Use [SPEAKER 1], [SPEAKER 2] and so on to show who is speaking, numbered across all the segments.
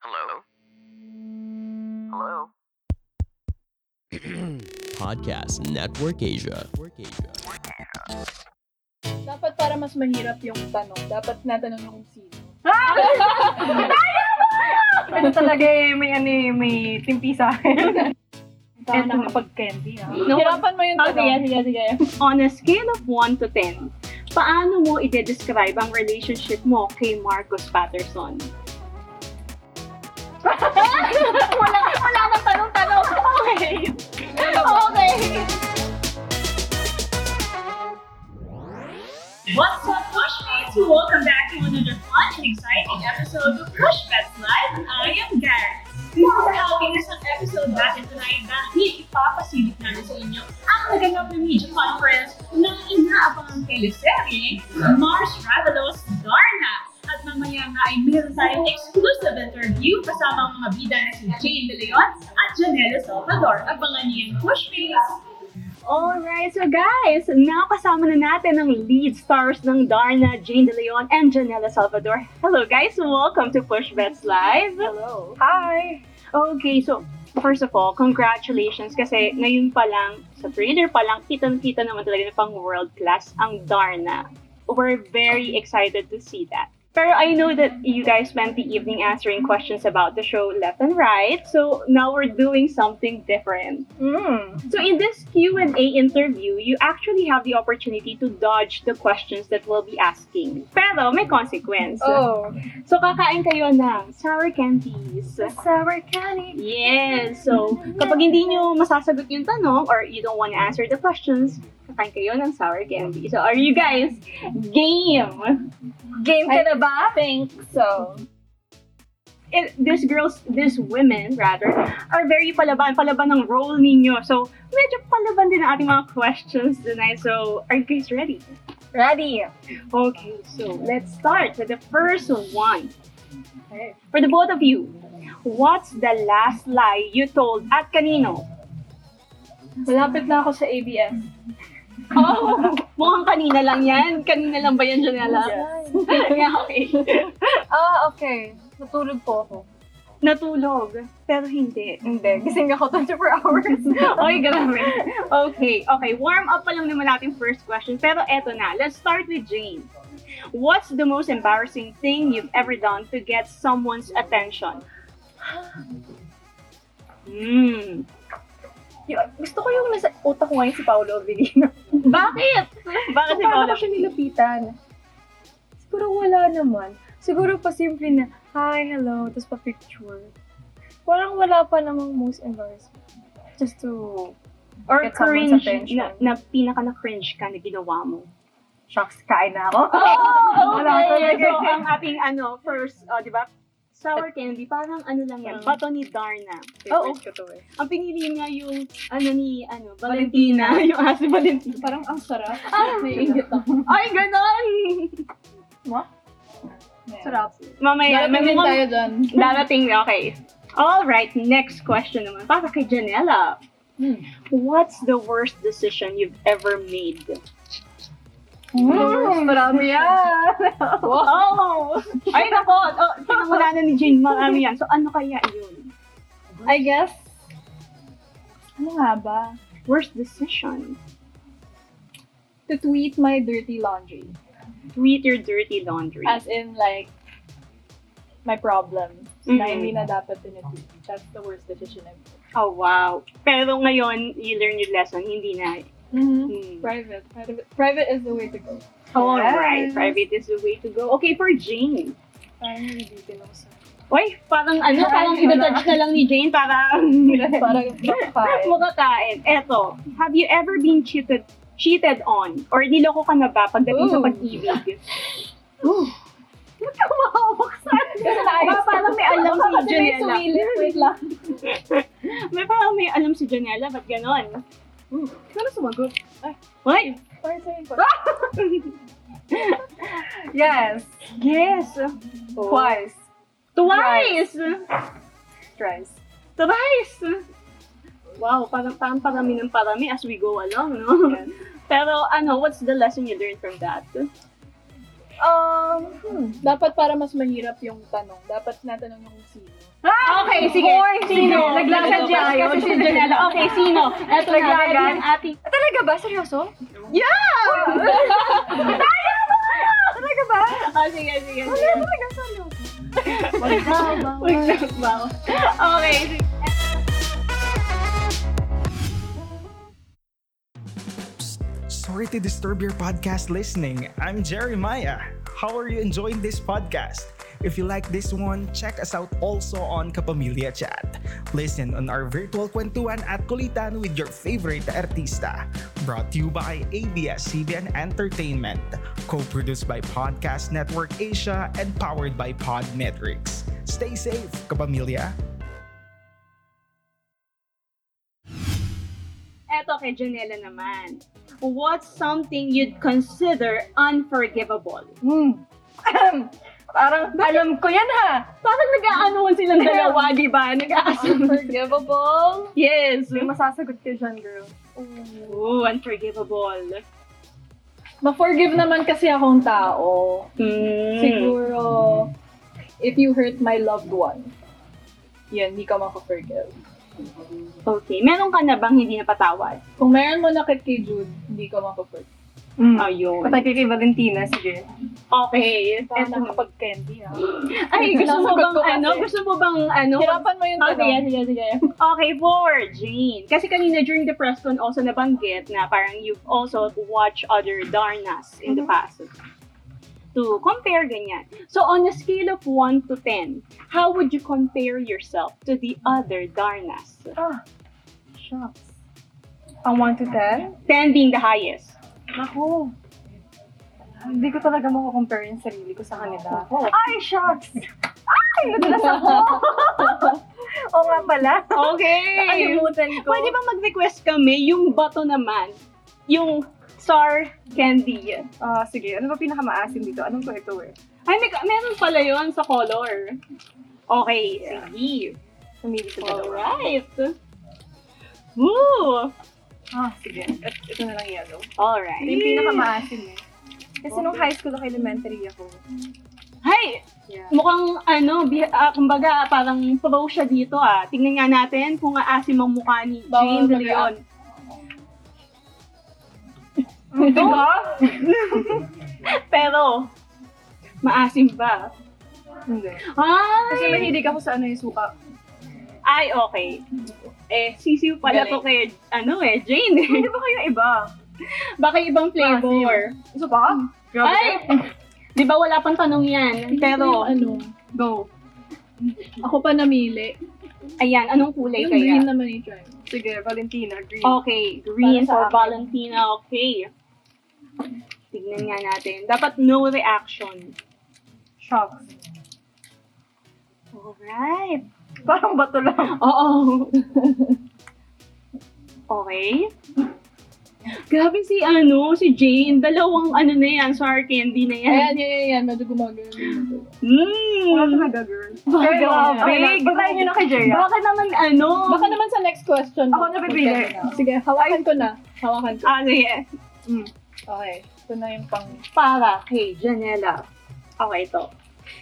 [SPEAKER 1] Hello? Hello?
[SPEAKER 2] Podcast Network Asia.
[SPEAKER 3] Dapat para mas mahirap yung tanong, dapat natanong yung sino.
[SPEAKER 4] Ano talaga eh, may ano eh, may timpi sa akin.
[SPEAKER 3] Baka
[SPEAKER 4] And
[SPEAKER 3] nakapag-
[SPEAKER 4] nakapag-candy ah.
[SPEAKER 3] Hirapan mo yung
[SPEAKER 5] Oh, sige,
[SPEAKER 3] tanong.
[SPEAKER 5] sige, sige.
[SPEAKER 6] On a scale of 1 to 10, paano mo i-describe ang relationship mo kay Marcos Patterson?
[SPEAKER 5] wala, wala nang tanong-tanong. Okay. Okay.
[SPEAKER 7] What's up, Pushmates? Welcome back to another fun and exciting episode of Push Pets Live. I am Gary. Napakahappy na sa episode natin tonight dahil ipapasilip namin sa inyo ang naganap na media conference ng inaabangang teleserye Mars Travelos Darna. At mamaya nga ay meron tayong exclusive interview kasama ang mga bida na si Jane De Leon at Janelle Salvador. Abangan niyo yung Pushmates!
[SPEAKER 6] Alright, so guys, now kasama na natin ang lead stars ng Darna, Jane De Leon, and Janela Salvador. Hello guys, welcome to Push Bets Live! Hello! Hi! Okay, so first of all, congratulations kasi ngayon pa lang, sa trailer pa lang, kitang-kita naman talaga na pang world class ang Darna. We're very excited to see that. Pero I know that you guys spent the evening answering questions about the show left and right, so now we're doing something different.
[SPEAKER 3] Hmm.
[SPEAKER 6] So in this Q&A interview, you actually have the opportunity to dodge the questions that we'll be asking. Pero may consequence.
[SPEAKER 3] Oh,
[SPEAKER 6] So kakain kayo ng sour candies.
[SPEAKER 3] sour candy.
[SPEAKER 6] Yes. So kapag hindi nyo masasagot yung tanong or you don't want to answer the questions, kakain kayo ng sour candy. So are you guys game?
[SPEAKER 3] Game ka na ba? Thanks. So,
[SPEAKER 6] It, these girls, these women rather, are very palaban, palaban ng role ninyo. So medyo palaban din ang ating mga questions tonight. So are you guys ready?
[SPEAKER 3] ready.
[SPEAKER 6] Okay, so let's start with the first one. For the both of you, what's the last lie you told at kanino?
[SPEAKER 3] Malapit na ako sa ABS.
[SPEAKER 6] Oh, mukhang kanina lang yan. Kanina lang ba yan, Janela? yeah, okay.
[SPEAKER 3] Ah, okay. Natulog po ako.
[SPEAKER 6] Natulog, pero hindi.
[SPEAKER 3] Hindi. Gising ako 24 hours.
[SPEAKER 6] Oy, grabe. Okay, okay. Warm up pa lang naman natin first question. Pero eto na. Let's start with Jane. What's the most embarrassing thing you've ever done to get someone's attention? Hmm.
[SPEAKER 4] Y- gusto ko yung nasa utak ko ngayon si Paolo Avellino.
[SPEAKER 6] Bakit? Bakit si
[SPEAKER 4] Paano
[SPEAKER 6] Paolo?
[SPEAKER 4] ko siya nilapitan? Siguro wala naman. Siguro pa simple na, hi, hello, tapos pa picture. Parang wala pa namang most embarrassing. Just to...
[SPEAKER 6] Or
[SPEAKER 4] Get someone's
[SPEAKER 6] cringe
[SPEAKER 4] attention.
[SPEAKER 6] na, na pinaka na cringe ka na ginawa mo?
[SPEAKER 4] Shucks, kain na ako. Wala
[SPEAKER 6] Oh, okay.
[SPEAKER 4] talaga.
[SPEAKER 6] So, ang ating ano, first, oh, di ba? Sour candy, parang ano lang yan, bato ni Darna.
[SPEAKER 4] Oo.
[SPEAKER 6] Ang pinili niya yung, ano ni, ano, Valentina. yung aso ni Valentina.
[SPEAKER 3] Parang ang sarap. Ah, Naiingit ako.
[SPEAKER 6] Ay, ganon!
[SPEAKER 3] Sarap.
[SPEAKER 6] Mamaya,
[SPEAKER 3] Darating din
[SPEAKER 6] mamaya-
[SPEAKER 3] tayo dyan.
[SPEAKER 6] Darating, okay. Alright, next question naman. Para kay Janela.
[SPEAKER 3] Hmm.
[SPEAKER 6] What's the worst decision you've ever made?
[SPEAKER 3] Mm, marami yan.
[SPEAKER 6] Wow! Ay, nako! Oh, Pinamula na ni Jane, marami yan. So, ano kaya yun?
[SPEAKER 3] I guess, ano nga ba?
[SPEAKER 6] Worst decision?
[SPEAKER 3] To tweet my dirty laundry.
[SPEAKER 6] Tweet your dirty laundry.
[SPEAKER 3] As in, like, my problems na
[SPEAKER 6] Mhm.
[SPEAKER 3] hindi na dapat tinitweet. That's the worst decision ever.
[SPEAKER 6] Oh, wow. Pero ngayon, you learn your lesson. Hindi na.
[SPEAKER 3] mm
[SPEAKER 6] Hmm.
[SPEAKER 3] Private. Private. Private is the way to go.
[SPEAKER 6] All right. Private is the way to go. Okay, for Jane.
[SPEAKER 3] Parang nilibitin ako sa...
[SPEAKER 6] Oy, parang ano, parang
[SPEAKER 3] Ay, wala.
[SPEAKER 6] ina-touch na lang ni Jane para
[SPEAKER 3] Parang backfire.
[SPEAKER 6] makakain. Eto, have you ever been cheated cheated on? Or niloko ka na ba pagdating sa
[SPEAKER 3] Ooh.
[SPEAKER 6] pag-ibig?
[SPEAKER 3] Kasi naayos
[SPEAKER 6] Baka parang may alam si
[SPEAKER 3] Kasi may
[SPEAKER 6] Janela.
[SPEAKER 3] sumilip. Wait lang.
[SPEAKER 6] may parang may alam si Janela, ba't ganon?
[SPEAKER 3] Pero sumagot.
[SPEAKER 6] Oy,
[SPEAKER 3] Parang sa'yo ko.
[SPEAKER 4] Yes.
[SPEAKER 6] yes. Oh.
[SPEAKER 4] Twice.
[SPEAKER 6] Twice!
[SPEAKER 4] Twice.
[SPEAKER 6] Twice! Wow, parang, parang parami ng parami as we go along, no? Pero ano, what's the lesson you learned from that?
[SPEAKER 4] Um,
[SPEAKER 3] Dapat para mas mahirap yung tanong, dapat natanong yung sino.
[SPEAKER 6] Okay, sige. Sino?
[SPEAKER 4] Naglagas
[SPEAKER 6] Naglagas
[SPEAKER 4] tayo.
[SPEAKER 6] kasi si Janela. Okay, sino? Ito na.
[SPEAKER 4] Naglagas?
[SPEAKER 6] Ito yung ating...
[SPEAKER 4] talaga ba? Seryoso?
[SPEAKER 6] Talaga ba? Oh, sige, sige. sige.
[SPEAKER 4] Talaga, seryoso.
[SPEAKER 6] Wag na, bawal. Okay, sige.
[SPEAKER 1] Sorry to disturb your podcast listening. I'm Jeremiah. How are you enjoying this podcast? If you like this one, check us out also on Kapamilya Chat. Listen on our virtual kwentuhan at kulitan with your favorite artista. Brought to you by ABS-CBN Entertainment. Co-produced by Podcast Network Asia and powered by Podmetrics. Stay safe, Kapamilya.
[SPEAKER 6] Eto kay Janela naman. What's something you'd consider unforgivable?
[SPEAKER 4] Hmm. Parang alam ko yan ha.
[SPEAKER 6] Parang nag-aanuhan silang dalawa, di ba? Nag-aasam.
[SPEAKER 4] Unforgivable.
[SPEAKER 6] Yes.
[SPEAKER 4] May masasagot ka dyan, girl.
[SPEAKER 6] Oh, unforgivable.
[SPEAKER 3] Ma-forgive naman kasi akong tao.
[SPEAKER 6] Mm.
[SPEAKER 3] Siguro, if you hurt my loved one, yun, hindi ka maka-forgive.
[SPEAKER 6] Okay. Meron ka na bang hindi napatawad?
[SPEAKER 3] Kung meron mo nakit kay Jude, hindi ka maka-forgive.
[SPEAKER 4] Mm.
[SPEAKER 6] Ayun.
[SPEAKER 4] Patay kay Valentina, sige.
[SPEAKER 6] Okay.
[SPEAKER 3] Baka
[SPEAKER 6] Eto.
[SPEAKER 3] nakapag-candy ha.
[SPEAKER 6] Ay, gusto mo
[SPEAKER 3] Nasagot
[SPEAKER 6] bang
[SPEAKER 3] ko kasi.
[SPEAKER 6] ano? Gusto mo bang ano?
[SPEAKER 3] Hirapan mo yung
[SPEAKER 6] Oh, sige,
[SPEAKER 3] tanong.
[SPEAKER 6] sige, sige. Okay, for Jane. Kasi kanina during the press con also nabanggit na parang you've also watched other Darnas in the
[SPEAKER 4] Mm-hmm.
[SPEAKER 6] past. To compare ganyan. So on a scale of 1 to 10, how would you compare yourself to the other Darnas?
[SPEAKER 4] Oh. Shucks. Ang 1 to 10?
[SPEAKER 6] 10 being the highest.
[SPEAKER 4] Ako. Hindi ko talaga makakompare yung sarili ko sa kanila. Ay, shucks! Ay, nadulas ako! Oo nga pala.
[SPEAKER 6] Okay.
[SPEAKER 4] Nakalimutan ko.
[SPEAKER 6] Pwede ba mag-request kami yung bato naman? Yung star candy.
[SPEAKER 4] Ah, sige. Ano ba pinakamaasim dito? Anong ko ito eh?
[SPEAKER 6] Ay, may, meron pala yon sa color. Okay, sige.
[SPEAKER 4] Pumili ko dalawa.
[SPEAKER 6] Alright. Woo!
[SPEAKER 4] Ah, sige. At ito na lang yellow.
[SPEAKER 6] Alright.
[SPEAKER 4] Ito yung pinakamaasim eh. Kasi nung high school ako elementary ako.
[SPEAKER 6] Hay!
[SPEAKER 4] Yeah.
[SPEAKER 6] Mukhang ano, bi- ah, kumbaga parang pro siya dito ah. Tingnan nga natin kung aasim ang mukha ni
[SPEAKER 3] Bawal
[SPEAKER 6] Jane De
[SPEAKER 3] mag-react.
[SPEAKER 6] Leon.
[SPEAKER 4] Diba?
[SPEAKER 6] Pero, maasim ba?
[SPEAKER 4] Hindi. Kasi
[SPEAKER 6] Ay!
[SPEAKER 4] mahilig ako sa ano yung suka.
[SPEAKER 6] Ay, okay. Eh, sisiw pala
[SPEAKER 3] Galing.
[SPEAKER 6] to kay, ano eh, Jane.
[SPEAKER 4] Hindi ba kayo iba?
[SPEAKER 6] Baka ibang flavor.
[SPEAKER 4] Isa pa? Grabe
[SPEAKER 6] Ay! Di ba wala pang tanong yan? Pero,
[SPEAKER 3] ano,
[SPEAKER 6] go.
[SPEAKER 3] ako pa namili.
[SPEAKER 6] Ayan, anong kulay
[SPEAKER 3] Yung
[SPEAKER 6] kaya?
[SPEAKER 3] green naman yung try.
[SPEAKER 4] kayo. Sige, Valentina, green.
[SPEAKER 6] Okay, green
[SPEAKER 3] Para sa
[SPEAKER 6] for
[SPEAKER 3] akin.
[SPEAKER 6] Valentina. Okay. Tignan nga natin. Dapat no reaction.
[SPEAKER 4] Shocks.
[SPEAKER 6] Alright.
[SPEAKER 4] Parang bato lang.
[SPEAKER 6] Oo. okay. Grabe si ano, si Jane. Dalawang ano na yan, sour candy na yan.
[SPEAKER 3] Ayan, yan, yan, yan. Medyo gumagano.
[SPEAKER 6] Mm.
[SPEAKER 4] Wala talaga, girl.
[SPEAKER 6] Baka,
[SPEAKER 4] Pero, okay lang. Patayin nyo na kay Jerry.
[SPEAKER 6] baka naman ano.
[SPEAKER 3] Baka naman sa next question.
[SPEAKER 4] Ako na pipili.
[SPEAKER 3] Pwede na. Sige, hawakan ko na. Hawakan ko.
[SPEAKER 6] Ano yan?
[SPEAKER 3] Okay. Ito na yung pang...
[SPEAKER 6] para kay Janela. Okay, ito.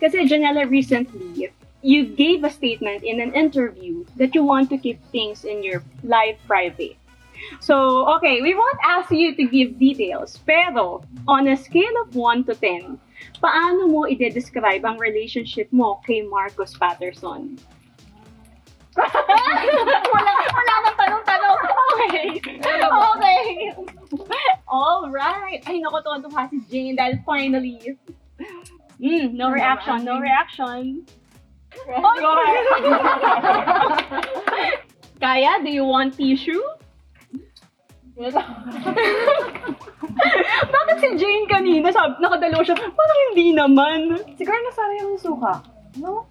[SPEAKER 6] Kasi Janela recently, you gave a statement in an interview that you want to keep things in your life private. So, okay, we won't ask you to give details, pero on a scale of 1 to 10, paano mo ide-describe ang relationship mo kay Marcos Patterson?
[SPEAKER 5] Wala, wala nang tanong-tanong. Okay. Okay.
[SPEAKER 6] All right. Ay, naku, tuwan-tuwa si Jane dahil finally. Mm, no reaction, no reaction. Oh, Kaya, do you want tissue? Bakit si Jane kanina, sab nakadalo siya, parang hindi naman.
[SPEAKER 4] Siguro nasanay yung suka. No?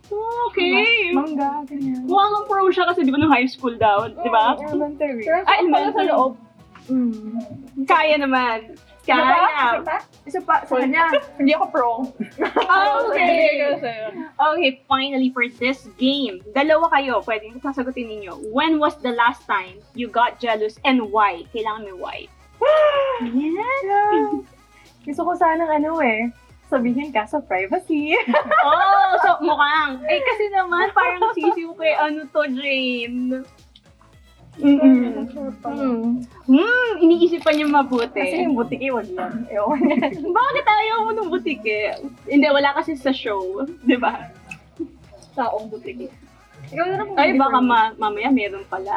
[SPEAKER 6] Okay.
[SPEAKER 4] Mangga, ganyan.
[SPEAKER 6] Mukhang ang pro siya kasi di ba nung high school daw, di ba?
[SPEAKER 4] Elementary.
[SPEAKER 6] Ay,
[SPEAKER 3] Pala ano sa
[SPEAKER 6] elementary.
[SPEAKER 3] loob.
[SPEAKER 6] Kaya naman.
[SPEAKER 4] Isa pa?
[SPEAKER 6] Kaya.
[SPEAKER 4] Isa pa? Isa pa sa kanya.
[SPEAKER 3] Hindi ako pro. Ah,
[SPEAKER 6] Okay.
[SPEAKER 3] Pero sa'yo.
[SPEAKER 6] Okay, finally for this game. Dalawa kayo, pwede sasagutin ninyo. When was the last time you got jealous and why? Kailangan may why. Yes.
[SPEAKER 4] Gusto ko sanang ano eh. sabihin ka sa privacy.
[SPEAKER 6] Oh, so mukhang. Eh, kasi naman, parang sisiw kay ano to, Jane. Mm-mm.
[SPEAKER 4] Hmm.
[SPEAKER 6] Hmm, iniisip pa niya mabuti.
[SPEAKER 4] Kasi yung butik eh, wag yan. Ewan yan.
[SPEAKER 6] bakit ayaw mo ng butik eh? Hindi, wala kasi sa show. Di ba?
[SPEAKER 3] Taong butik.
[SPEAKER 4] Ikaw na lang kung
[SPEAKER 6] eh. Ay,
[SPEAKER 4] hindi
[SPEAKER 6] baka
[SPEAKER 4] for you.
[SPEAKER 6] ma- mamaya meron pala.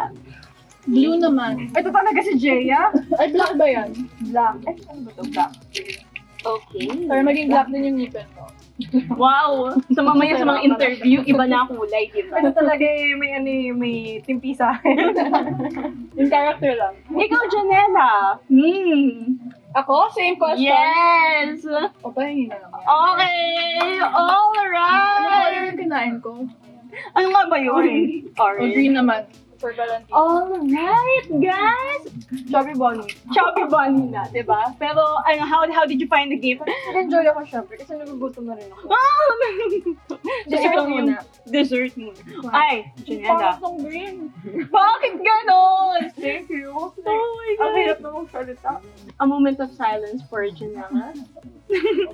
[SPEAKER 3] Blue naman.
[SPEAKER 4] Ito talaga si Jeya.
[SPEAKER 3] Ay, black ba yan?
[SPEAKER 4] Black. Ay, ano ba to? Black.
[SPEAKER 6] Okay.
[SPEAKER 3] Para maging black din yung ngipin mo.
[SPEAKER 6] Wow! So mamaya sa mga interview, iba na ang kulay, di ba?
[SPEAKER 4] Ano talaga eh, may, ano, eh, may timpi sa akin.
[SPEAKER 3] Yung character lang.
[SPEAKER 6] Ikaw, Janela! Hmm.
[SPEAKER 3] Ako? Same question? Oh.
[SPEAKER 6] Yes!
[SPEAKER 3] O, pahingin na lang.
[SPEAKER 6] Okay!
[SPEAKER 3] Ano color
[SPEAKER 6] Alright!
[SPEAKER 3] yung kinain ko?
[SPEAKER 6] Ano nga ba yun?
[SPEAKER 3] O, green naman. Oh, For Valentine.
[SPEAKER 6] Alright, guys!
[SPEAKER 4] Chubby Bunny.
[SPEAKER 6] Chubby bunny na, di ba? Pero, ano, how, how did you find the gift?
[SPEAKER 4] Enjoy ako syempre kasi nagugutom na rin ako.
[SPEAKER 6] Oh!
[SPEAKER 4] Dessert
[SPEAKER 6] Ito yung
[SPEAKER 4] muna.
[SPEAKER 6] Dessert muna. Ay, Janela.
[SPEAKER 3] Parang green.
[SPEAKER 6] Bakit ganon?
[SPEAKER 4] Thank you.
[SPEAKER 6] Oh my
[SPEAKER 4] Ang
[SPEAKER 6] God.
[SPEAKER 4] hirap na magsalita.
[SPEAKER 6] A moment of silence for Janela.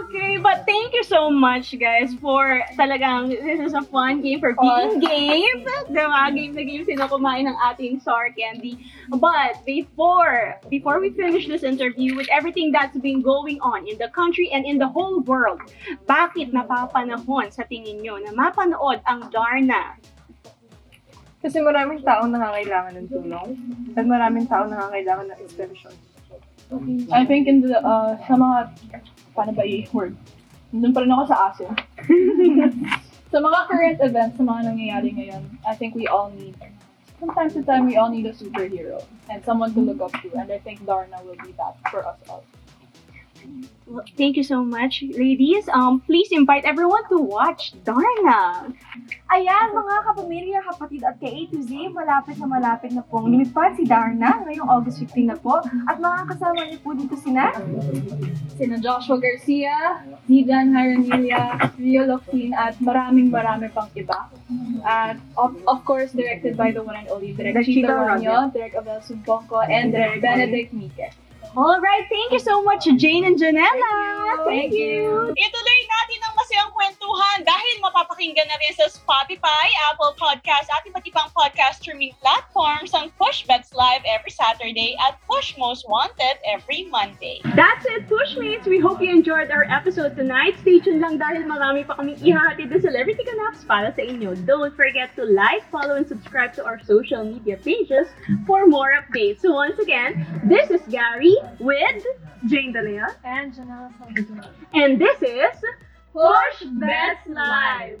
[SPEAKER 6] okay, but thank you so much, guys, for talagang, this is a fun game
[SPEAKER 4] Oh.
[SPEAKER 6] for being game. Diba? Game na game sino kumain ng ating sour candy. But before, before we finish this interview with everything that's been going on in the country and in the whole world, bakit napapanahon sa tingin nyo na mapanood ang Darna?
[SPEAKER 4] Kasi maraming taong nangangailangan ng tulong at maraming taong nangangailangan ng inspiration.
[SPEAKER 3] I think in the, uh, sa mga, paano ba i-word? Nandun pa rin ako sa aso. sa mga current events, sa mga nangyayari ngayon, I think we all need, from time to time, we all need a superhero and someone to look up to. And I think Darna will be that for us all.
[SPEAKER 6] Well, thank you so much, ladies. Um, please invite everyone to watch Darna.
[SPEAKER 8] Ayan, mga kapamilya, kapatid at ka A to Z, malapit na malapit na pong lumipad si Darna ngayong August 15 na po. At mga kasama niyo po dito sina
[SPEAKER 3] Sina Joshua Garcia, Zidan Haranilia, Rio Loctin, at maraming marami pang iba. At of, of course, directed by the one and only Direk
[SPEAKER 4] Direk
[SPEAKER 3] Chito
[SPEAKER 4] Chito
[SPEAKER 3] Ranyo, Direk Abel Sumbongko, and Direk Benedict Mike.
[SPEAKER 6] All right, thank you so much, Jane and Janella. Thank you.
[SPEAKER 7] Ituloy natin ang masayang kwentuhan dahil mapapakinggan na rin sa Spotify, Apple Podcasts, at iba't ibang podcast streaming platforms ang Pushbets Live every Saturday at Push Most Wanted every Monday.
[SPEAKER 6] That's it, Pushmates. We hope you enjoyed our episode tonight. Stay tuned lang dahil marami pa kaming ihahatid na celebrity kanaps para sa inyo. Don't forget to like, follow, and subscribe to our social media pages for more updates. So once again, this is Gary with Jane Dalia.
[SPEAKER 4] And Janelle Salvador.
[SPEAKER 6] And this is Push Best Live.